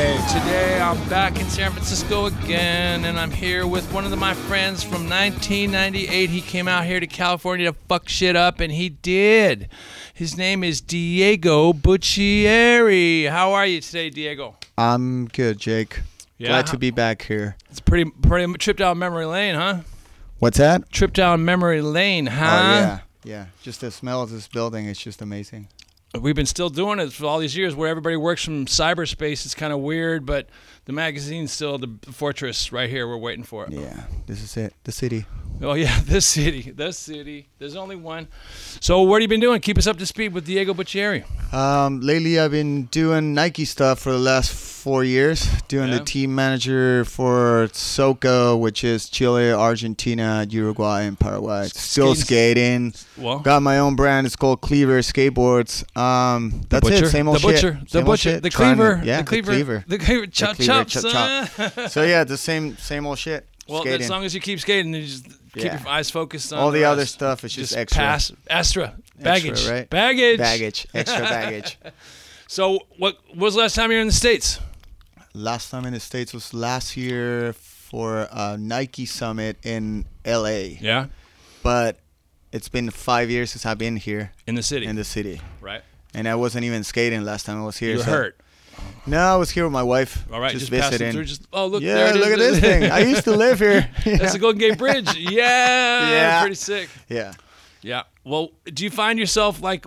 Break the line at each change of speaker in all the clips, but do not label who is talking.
today. I'm back in San Francisco again, and I'm here with one of my friends from 1998. He came out here to California to fuck shit up, and he did. His name is Diego Buccieri. How are you today, Diego?
I'm good, Jake.
Yeah.
Glad to be back here.
It's pretty pretty m- trip down memory lane, huh?
What's that?
Trip down memory lane, huh?
Oh yeah, yeah. Just the smell of this building is just amazing.
we've been still doing it for all these years where everybody works from cyberspace it's kind of weird but the magazine's still the fortress right here we're waiting for it
Yeah, this is it. The city.
oh yeah this city this city there's only one so what have you been doing keep us up to speed with diego Buccieri.
Um, lately, I've been doing Nike stuff for the last four years. Doing
Yeah.
the team manager for SoCo, which is Chile, Argentina, Uruguay, and Paraguay. Still skating.
well
Got my own brand. It's called Cleaver Skateboards. Um, that's
butcher,
it. Same old
the butcher,
shit.
the
Same old
butcher,
shit.
the
Trying to-
cleaver,
yeah,
the cleaver, the cleaver, chop,
cleaver,
chop,
chop,
son.
so yeah, the same same old shit.
Well,
skating.
as long as you keep skating, you just keep
Yeah.
your eyes focused on
All the other
rest.
stuff is just extra.
Pass, extra, baggage,
right?
baggage,
baggage, extra baggage.
So, what what was the last time you were in the states?
last time in the states was last year for a Nike summit in LA,
Yeah,
but it's been five years since I've been here
in the city,
in the city,
right?
and I wasn't even skating last time I was here.
You're
so-
hurt.
No, I was here with my wife.
All right,
just,
just, passing
visiting.
through. Just oh look, there
yeah,
it is.
look at this thing. I used to live here.
That's the Golden Gate Bridge. Yeah,
Yeah.
pretty sick.
yeah.
Yeah. Well, do you find yourself like?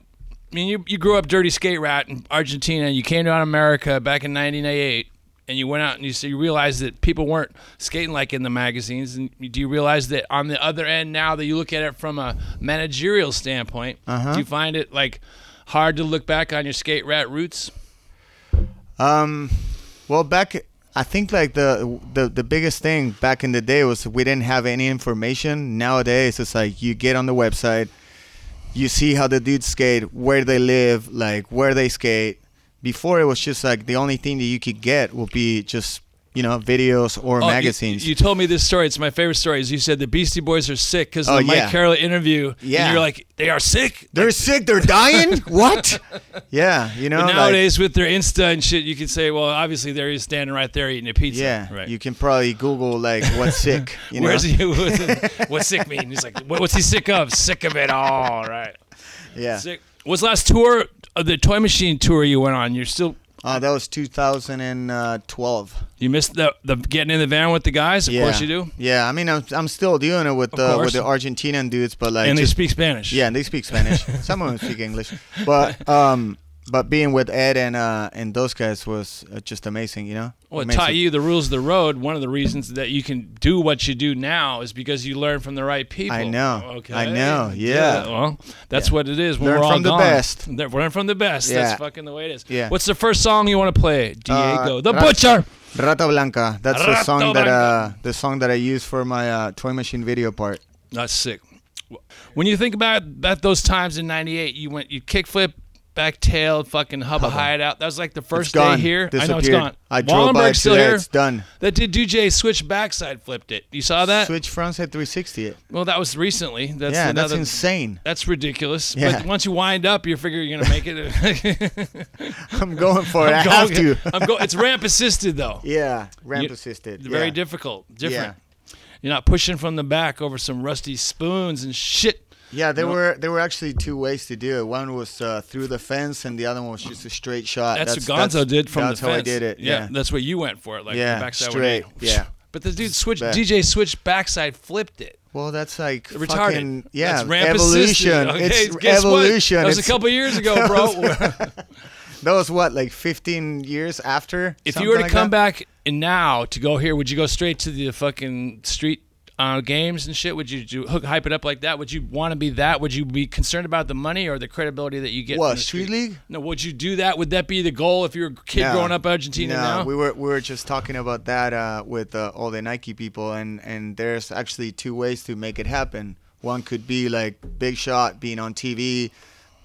I mean, you, you grew up dirty skate rat in Argentina. You came down to America back in '98, and you went out and you so you realized that people weren't skating like in the magazines. And you- do you realize that on the other end now that you look at it from a managerial standpoint,
Uh-huh.
do you find it like hard to look back on your skate rat roots?
Um, well, back I think like the the the biggest thing back in the day was we didn't have any information. Nowadays, it's like you get on the website, you see how the dudes skate, where they live, like where they skate. Before it was just like the only thing that you could get would be just you know videos or
Oh, you-
magazines.
You, told me this story. It's my favorite story. Is you said the Beastie Boys are sick because
Oh,
the Mike
yeah.
Carroll interview.
Yeah.
And you're like, they are sick.
they're sick. They're dying. what? Yeah, you know.
But
like-
nowadays with their Insta and shit, you can say, well, obviously there he is standing right there eating a pizza.
yeah,
Right.
you can probably Google like what's sick. You know?
Where's he? what's sick mean? He's like, what, what's he sick of? Sick of it all. Right.
Yeah.
Sick. What's the last tour of the Toy Machine tour you went on? You're still.
Uh, that was uh, 2012.
You missed the, the getting in the van with the guys. Of
Yeah.
course you do.
Yeah, I mean, I'm, I'm still doing it with the
course.
with the Argentinian dudes, but like,
And they
just-
speak Spanish.
yeah, and they speak Spanish. Some of them speak English, but um, but being with Ed and uh and those guys was uh, just amazing, you know.
Well, it
Amazing.
taught you the rules of the road. One of the reasons that you can do what you do now is because you learn from the right people.
I know. I know. Yeah.
Well, that's what it is. When
Learn
we're all
from the
gone.
best.
Th- Learn from the best.
Yeah.
That's fucking the way it is.
Yeah.
What's the first song you want to play,
Uh,
Diego? the
Rasta-
Butcher.
Rata Blanca. That's the
Rata
song that uh
Blanca.
the song that I used for my uh, toy machine video part.
That's sick. When you think about about those times in '98, you went you kickflip. Back tail, fucking hubba hideout. That was like the first
gone.
day here. I know it's
Disappeared.
gone.
I drove by
Wallenberg's still
today.
here.
It's done.
That did DJ switch backside flipped it. You saw that?
Switch France at 360. It.
Well, that was recently. That's
yeah, that's
another,
insane.
That's ridiculous.
Yeah.
But once you wind up, you figure you're gonna make it.
I'm going for it. I
I'm
have
going-
to.
I'm go- it's ramp assisted though.
yeah, ramp
You-
assisted.
It's Very
yeah.
difficult. Different. You're not pushing from the back over some rusty spoons and shit.
Yeah, there were there were actually two ways to do it. One was uh, through the fence, and the other one was just a straight shot.
That's, what Gonzo did from
Uh, that's
the fence.
how I did it. Yeah,
that's what you went for it. Like
Yeah,
the backside
straight,
Would
yeah.
But the dude switched.
Back.
DJ switched backside, flipped it.
well, that's like
Retarded.
fucking yeah,
That's ramp assisted.
evolution.
Okay,
it's
guess what?
evolution.
That was
It's-
a couple years ago, bro.
that was what like 15 years after.
If
something
you were to
like
come
that?
back and now to go here, would you go straight to the fucking street uh, games and shit? Would you do, hook hype it up like that? Would you want to be that? Would you be concerned about the money or the credibility that you get?
What,
from the
street league?
No, would you do that? Would that be the goal if you're a kid growing up in Argentina
no,
now?
we were we were just talking about that uh, with uh, all the Nike people, and and there's actually two ways to make it happen. One could be like big shot, being on TV,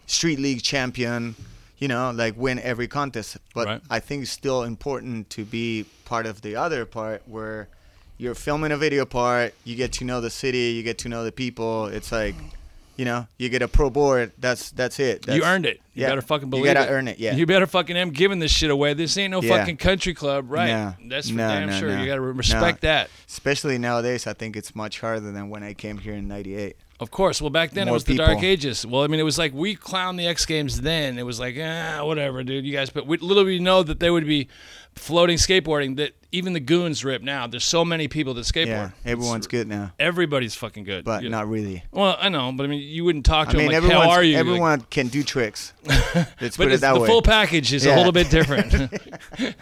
street league champion, you know, like win every contest. But
Right.
I think it's still important to be part of the other part where you're filming a video part, you get to know the city, you get to know the people. It's like you know, you get a pro board. That's that's it. That's,
you earned it. You
yeah.
better fucking believe
You gotta
it.
earn it. Yeah.
You better fucking am giving this shit away. This ain't no
Yeah.
fucking country club, right?
No.
That's for
No,
damn
no,
sure.
no.
You gotta respect
No.
that.
Especially nowadays, I think it's much harder than when I came here in '98.
Of course. Well, back then it
More
was the Dark
people.
Ages. Well, I mean, it was like we clown the X Games then. It was like, ah, whatever, dude. You guys, but we, little we know that they would be floating skateboarding. That even the goons rip now. There's so many people that skateboard.
Yeah, everyone's good now,
Everybody's fucking good.
but
You-
not really.
Well, I know, but I mean, you wouldn't talk to
I mean,
them like,
everyone
"How are you?" Like,
everyone can do tricks. Let's
but
put it
it's-
that
the
way.
full package is a
Yeah.
little bit different.
yeah.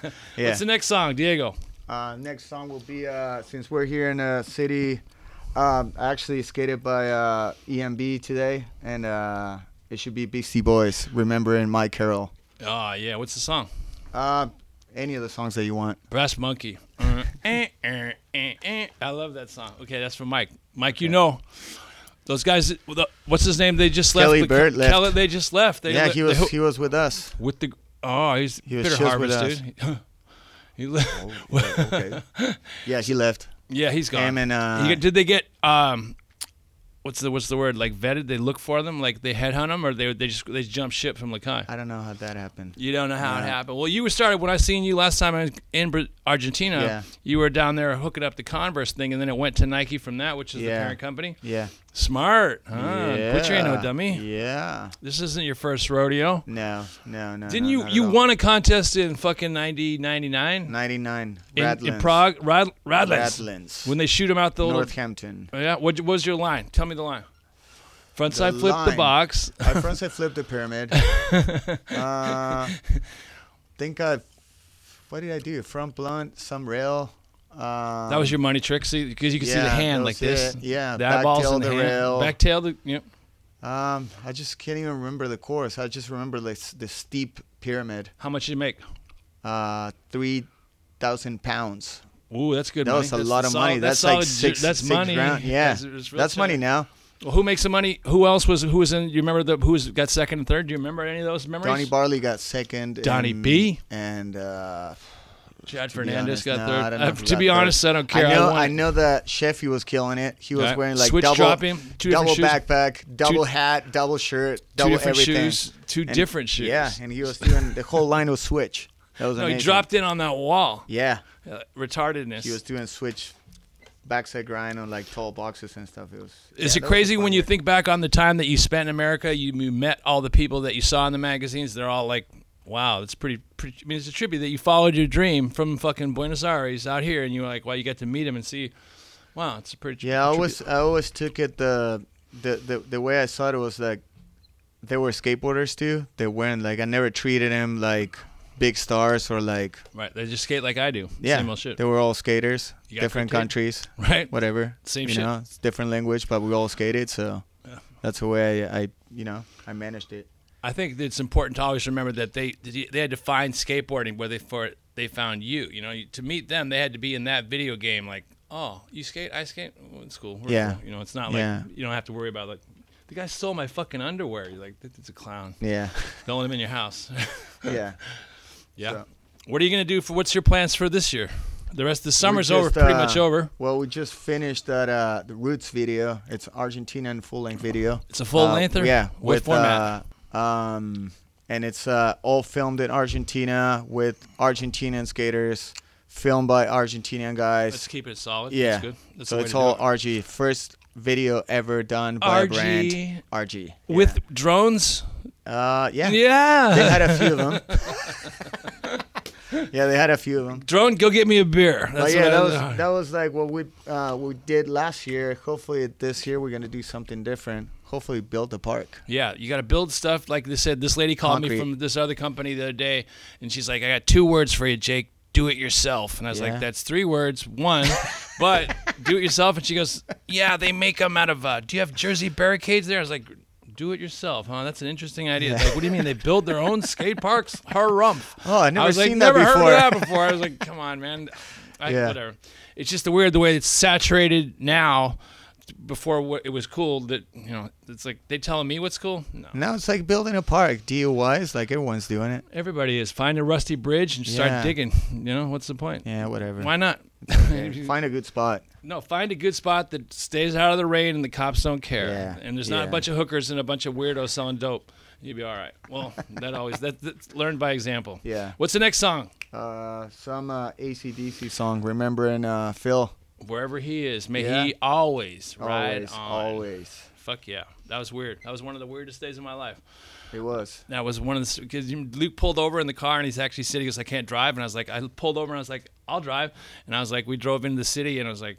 What's the next song, Diego?
Uh, next song will be uh, since we're here in a city. Um, I actually skated by uh, EMB today, and uh, it should be Beastie Boys. Remembering my Carol.
Oh, yeah. What's the song?
Uh, any of the songs that you want.
Brass Monkey. Uh, eh, eh, eh, eh. I love that song. Okay, that's from Mike. Mike, you know. Those guys, the- what's his name? They just left.
Kelly
the,
Burt left.
Kelly, they just left. They
yeah,
le-
he
they
was
ho-
he was with us.
with the. Oh, he's bitter
was just with
harvest,
us. Oh,
dude. he le-
okay. Yeah, he left.
yeah, he's gone.
Him and, uh,
He- did they get um, what's the what's the word? Like vetted? They look for them? Like they headhunt them, or they they just they jump ship from Lakai?
I don't know how that happened.
You don't know how it
Yeah.
happened. Well, you were started when I seen you last time in, in Bra- Argentina.
Yeah.
You were down there hooking up the Converse thing, and then it went to Nike from that, which is the
Yeah.
parent company.
Yeah.
Smart, huh? Put your hand on
Yeah.
a dummy.
Yeah.
This isn't your first rodeo.
No, no, no.
Didn't
no,
you
not at
you
all.
won a contest in fucking 90, 99?
99
in,
Radlands.
in Prague, Rad, Radlands.
Radlands.
When they shoot him out the little,
Northampton.
yeah. What, what was your line? Tell me the line. Frontside flip the
line.
box.
My friends had flipped the pyramid. uh, think I. What did I do? Front blunt, some rail. Um,
That was your money trick, see, because you could see the
yeah,
hand
that
like
was
this.
it. Yeah,
the
back
eyeballs
tail
in the,
the
hand.
rail.
back tail. The, yep.
Um, I just can't even remember the course. I just remember this the steep pyramid.
How much did you make?
Uh, three thousand pounds.
Ooh, that's good.
That
money.
was a
That's
lot of
solid-
money. That's,
solid
like
ju-
six.
That's
six
money.
Grand. Yeah, that's,
real shit.
money now.
Well, who makes the money? Who else was? Who was in? You remember the? Who was got second and third? Do you remember any of those memories?
Donnie Barley got second.
Donnie
and,
B?
And uh,
Chad
to be
Fernandez
honest,
got
no,
third.
I don't know
Uh,
if he
to
got
be
third.
honest, I don't care.
I know. I,
want-
know that Sheffy was killing it. He was
Right.
wearing like
Switch
double,
drop him, two different
double
shoes.
backpack, double hat, double shirt, double
different
everything.
shoes, two different shoes.
Yeah, and he was doing the whole line was switch. That was
No, he
amazing.
dropped in on that wall.
Yeah,
Uh, retardedness.
he was doing switch, backside grind on like tall boxes and stuff. It was.
Is
yeah,
it
that was
crazy
fun
when you
year.
think back on the time that you spent in America? You, you met all the people that you saw in the magazines. They're all like, "Wow, it's pretty, pretty." I mean, it's a tribute that you followed your dream from fucking Buenos Aires out here, and you were like, "Wow, you got to meet him and see." Wow, it's a pretty.
Yeah, I
tribute."
always I always took it the the the, the way I saw it was like they were skateboarders too. They weren't like I never treated them like big stars or like
Right, they just skate like I do.
yeah.
same old shit.
They were all skaters,
got
different
cricket?
countries,
Right.
Whatever.
Same
you
shit.
Know, it's different language, but we all skated, so that's the way I, I you know I managed it.
I think that it's important to always remember that they they had to find skateboarding where they for they found you. You know, you, to meet them, they had to be in that video game. Like, oh, you skate, I skate. Well, it's cool. We're
Yeah.
cool. You know, it's not like
Yeah.
you don't have to worry about like the guy stole my fucking underwear. You're like, "That- that's a clown.
Yeah,
Don't let him in your house.
yeah.
yeah.
So-
What are you gonna do for what's your plans for this year? The rest of the summer's
We
over,
just,
pretty
uh,
much over.
Well, we just finished that uh, the Roots video. It's Argentinian full length video.
It's a full
Uh,
lengther.
Yeah,
What format?
uh, um, and it's uh, all filmed in Argentina with Argentinian skaters, filmed by Argentinian guys.
Let's keep it solid.
yeah,
That's good. That's the
so
way
it's
to do
all
it.
RG. First video ever done by a
RG.
brand. RG yeah.
with drones.
uh, yeah.
Yeah.
They had a few of them. yeah, they had a few of them.
Drone, go get me a beer. That's
But yeah,
what I-
that was that was like what we uh, we did last year. Hopefully this year we're gonna do something different. Hopefully build a park.
Yeah, you got to build stuff. Like they said, this lady called me
Concrete.
from this other company the other day, and she's like, "I got two words for you, Jake. Do it yourself." And I was
Yeah.
like, "That's three words, one, but do it yourself." And she goes, "Yeah, they make them out of. Uh, do you have Jersey barricades there?" I was like. Do it yourself, huh? That's an interesting idea. It's Like, what do you mean they build their own skate parks? Harumph.
Oh, I never
was like,
seen that
never
before."
heard of that before. I was like, come on, man. I,
Yeah.
Whatever. It's just the weird the way it's saturated now before what it was cool that you know it's like they telling me what's cool. No,
Now it's like building a park. DUIs, like everyone's doing it.
everybody is find a rusty bridge and just start
Yeah.
digging. You know what's the point?
Yeah, whatever.
Why not?
Yeah, Find a good spot.
No, find a good spot that stays out of the rain and the cops don't care.
Yeah,
And there's not
yeah.
a bunch of hookers and a bunch of weirdos selling dope. You'd be all right. Well, that always that, that's learned by example.
Yeah.
What's the next song?
Uh, some uh, ACDC song. Remembering uh, Phil.
Wherever he is, may
Yeah.
he always ride
Always,
on.
always.
Fuck yeah, that was weird. That was one of the weirdest days of my life.
It was.
That was one of the because Luke pulled over in the car and he's actually sitting. He goes, I can't drive, and I was like, I pulled over and I was like, I'll drive, and I was like, we drove into the city and I was like,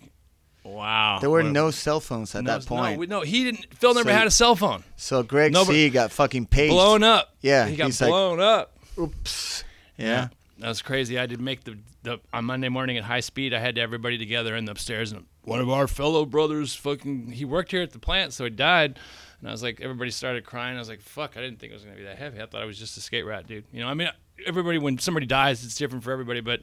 wow.
There were
What-
no cell phones at that
no,
point.
No, we- no, he didn't. Phil never
So-
had a cell phone.
so Greg
No, but-
C got fucking paged.
blown up.
Yeah,
he got
he's like-
blown up.
Oops. Yeah.
That was crazy. I did make the, the on Monday morning at high speed. I had everybody together in the upstairs, and one of our fellow brothers, fucking, he worked here at the plant, so he died. And I was like, everybody started crying. I was like, fuck, I didn't think it was gonna be that heavy. I thought I was just a skate rat, dude. You know, I mean, everybody when somebody dies, it's different for everybody, but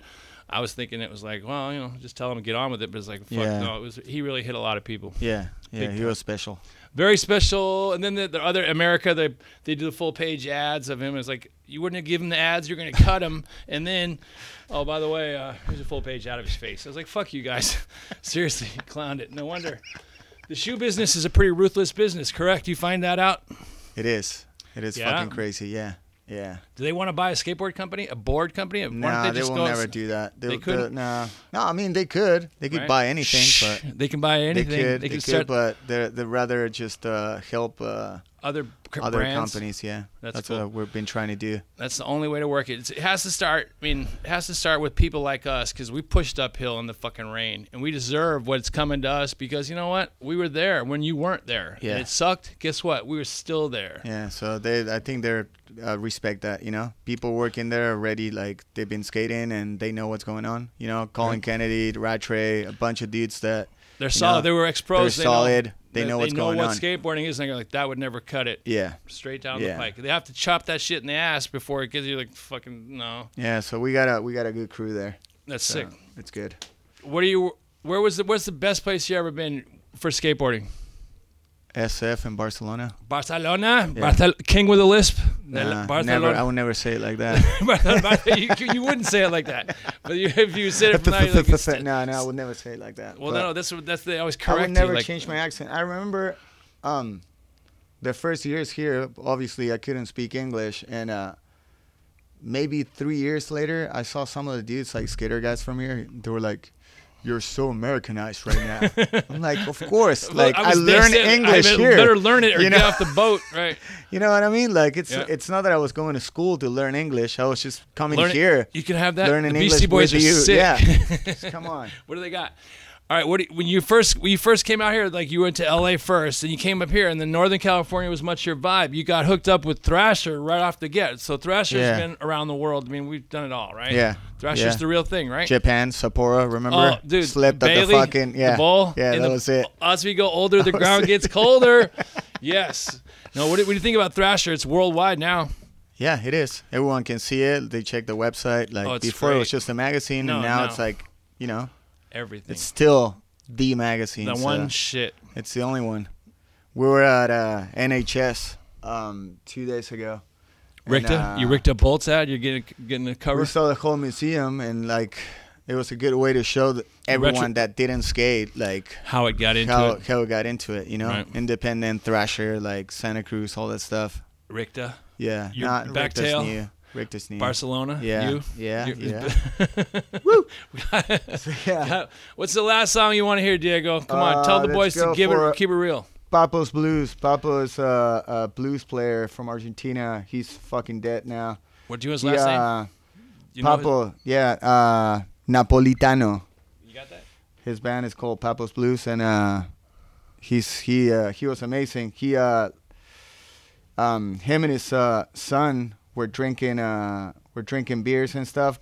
I was thinking it was like, well, you know, just tell them to get on with it. But it's like, fuck,
Yeah.
no, it was. He really hit a lot of people.
Yeah. Yeah.
Big
He was special.
very special. And then the, the other America, they they do the full page ads of him. It's like you wouldn't have given him the ads, you're gonna cut him. And then, oh by the way, uh, here's a full page out of his face. I was like, fuck you guys, seriously, clowned it. No wonder. The shoe business is a pretty ruthless business, correct? You find that out.
It is. It is
Yeah.
fucking crazy. Yeah. Yeah.
Do they want to buy a skateboard company, a board company?
No,
Why don't
they,
just
will
go-
never do that. They,
They couldn't?
No. No, I mean they could. They could
Right?
buy anything, but
they can buy
they
anything.
could. They,
can
could,
start
but they they rather just uh, help uh,
other c-
other
brands.
companies. Yeah.
That's cool.
what we've been trying to do.
That's the only way to work it. It's, it has to start. I mean, it has to start with people like us because we pushed uphill in the fucking rain, and we deserve what's coming to us because you know what? We were there when you weren't there.
Yeah.
And it sucked. Guess what? We were still there.
Yeah, so they, I think they're uh, respect that. You know, people working there already, like they've been skating and they know what's going on. You know, Colin Kennedy, Rattray, a bunch of dudes that
They're
you
solid.
know,
they were ex pros.
They're solid. they, know what's going
what
on.
skateboarding is. And they're like, that would never cut it.
yeah,
Straight down
Yeah.
the pike. They have to chop that shit in the ass before it gives you like fucking no.
yeah. So we got a we got a good crew there.
That's
So
sick.
It's good.
What are you? Where was the? What's the best place you ever been for skateboarding?
SF in Barcelona.
Barcelona.
Yeah.
Barthel- King with a lisp.
Nah,
Barcelona.
never. I would never say it like that.
you, you wouldn't say it like that, but you, if you said it from now, you're like, it's-
no, no, I would never say it like that.
well,
but-
no, no, that's what- that's they always
I
correct.
would never
you, like,
change my accent. I remember um, the first years here, obviously, I couldn't speak English. And uh, maybe three years later, I saw some of the dudes, like skater guys from here, they were like, you're so Americanized right now. I'm like, of course.
Well,
Like I,
was there
learned
saying,
English
I
here.
Better learn it or
you
get
know?
off the boat, right?
You know what I mean? Like it's
Yeah.
it's not that I was going to school to learn English. I was just coming
Learn it-
here,
You can have that.
learning
the
English
Beastie Boys
with
are
you.
sick.
Yeah, Just come on.
What do they got? All right, what do you, when you first when you first came out here, like you went to L.A. first, and you came up here, and then Northern California was much your vibe. You got hooked up with Thrasher right off the get. So Thrasher's
Yeah.
been around the world. I mean, we've done it all, right?
Yeah.
Thrasher's
Yeah.
the real thing, right?
Japan, Sapporo, remember?
Oh, dude,
Slept at the
Bailey,
fucking yeah.
the bowl.
Yeah,
in
that
the-
was it.
As we go older, the ground gets colder. yes. No, what do, what do you think about Thrasher? It's worldwide now.
Yeah, it is. Everyone can see it. They check the website. Like
Oh, it's
before, it was
great.
just a magazine,
No,
and now
no.
it's like you know,
Everything.
it's still the magazine.
the
so
one shit.
it's the only one. We were at uh, NHS um, two days ago. and,
Richter,
uh,
you Richter bolts out. You're getting getting a cover.
We saw the whole museum, and like it was a good way to show that everyone
Retro-
that didn't skate, like
How it got into
how
it.
how it got into it. You know,
Right.
independent thrasher, like Santa Cruz, all that stuff.
Richter,
Yeah,
Your
not
back
Richter's
tail?
new. Richter's new.
Barcelona.
Mm. Yeah,
You.
yeah,
You-
yeah. yeah.
Uh, What's the last song you want to hear, Diego? Come on, tell
Uh,
the
let's
boys to
go
give
for
it,
a-
keep it real.
Papo's Blues. Papo is a, a blues player from Argentina. He's fucking dead now.
What do you his
He,
last name?
uh,
You know his-
Papo, yeah, uh, Napolitano.
you got that?
His band is called Papo's Blues, and uh, he's he uh, he was amazing. He uh, um, him and his uh, son were drinking uh, were drinking beers and stuff.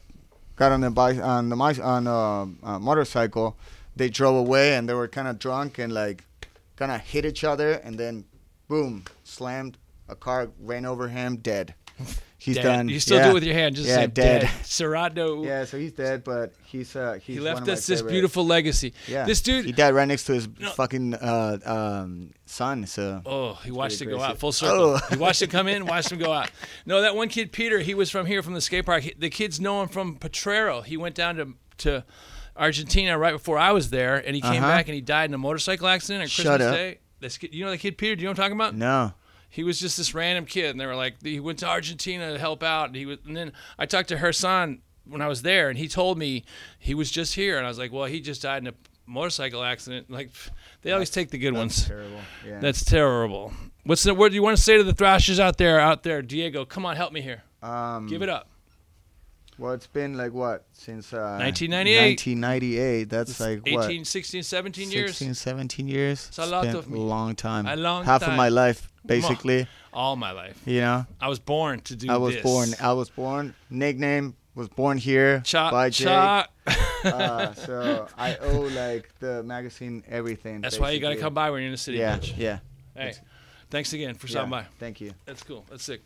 Got on the bike on the mi- on a, uh motorcycle. They drove away and they were kind of drunk and like kind of hit each other and then boom slammed a car ran over him dead. he's
dead.
done.
You still
yeah.
do it with your hand, just
yeah,
say
dead.
dead. Serrano.
Yeah, so he's dead, but he's uh he's
he
one
left
of my
us this
favorite-
beautiful legacy.
Yeah,
This
He
dude.
died right next to his
No.
fucking uh um son. So
Oh, he watched it
pretty
go
crazy.
out full circle.
Oh.
he watched it come in, watched him go out. No, that one kid, Peter, he was from here, from the skate park. He- the kids know him from Potrero. He went down to to Argentina right before I was there, and he came
Uh-huh.
back and he died in a motorcycle accident on
Shut
Christmas
up.
Day. This kid, you know the kid Peter? Do you know what I'm talking about?
no,
he was just this random kid, and they were like, he went to Argentina to help out, and he was. And then I talked to Hersan when I was there, and he told me he was just here, and I was like, well, he just died in a motorcycle accident. Like, pff, they always take the good ones.
terrible. Yeah,
That's terrible. What's the word you want to say to the thrashers out there? Out there, Diego, come on, help me here.
um,
Give it up.
Well, it's been like what since uh,
1998.
1998. That's like what
18, 16, 17 years.
16, 17 years.
a
It's
lot
been
of me.
a long time.
A long
Half
time.
of my life, basically.
All my life.
You know,
I was born to do
I was
this.
born. I was born. Nickname was born here
Cha,
by Jake.
cha.
Uh, so I owe like the magazine everything.
That's why you got to
basically.
come by when you're in the city.
Yeah,
bitch.
yeah.
Hey, thanks again for
yeah.
stopping by.
Thank you.
That's cool. That's sick.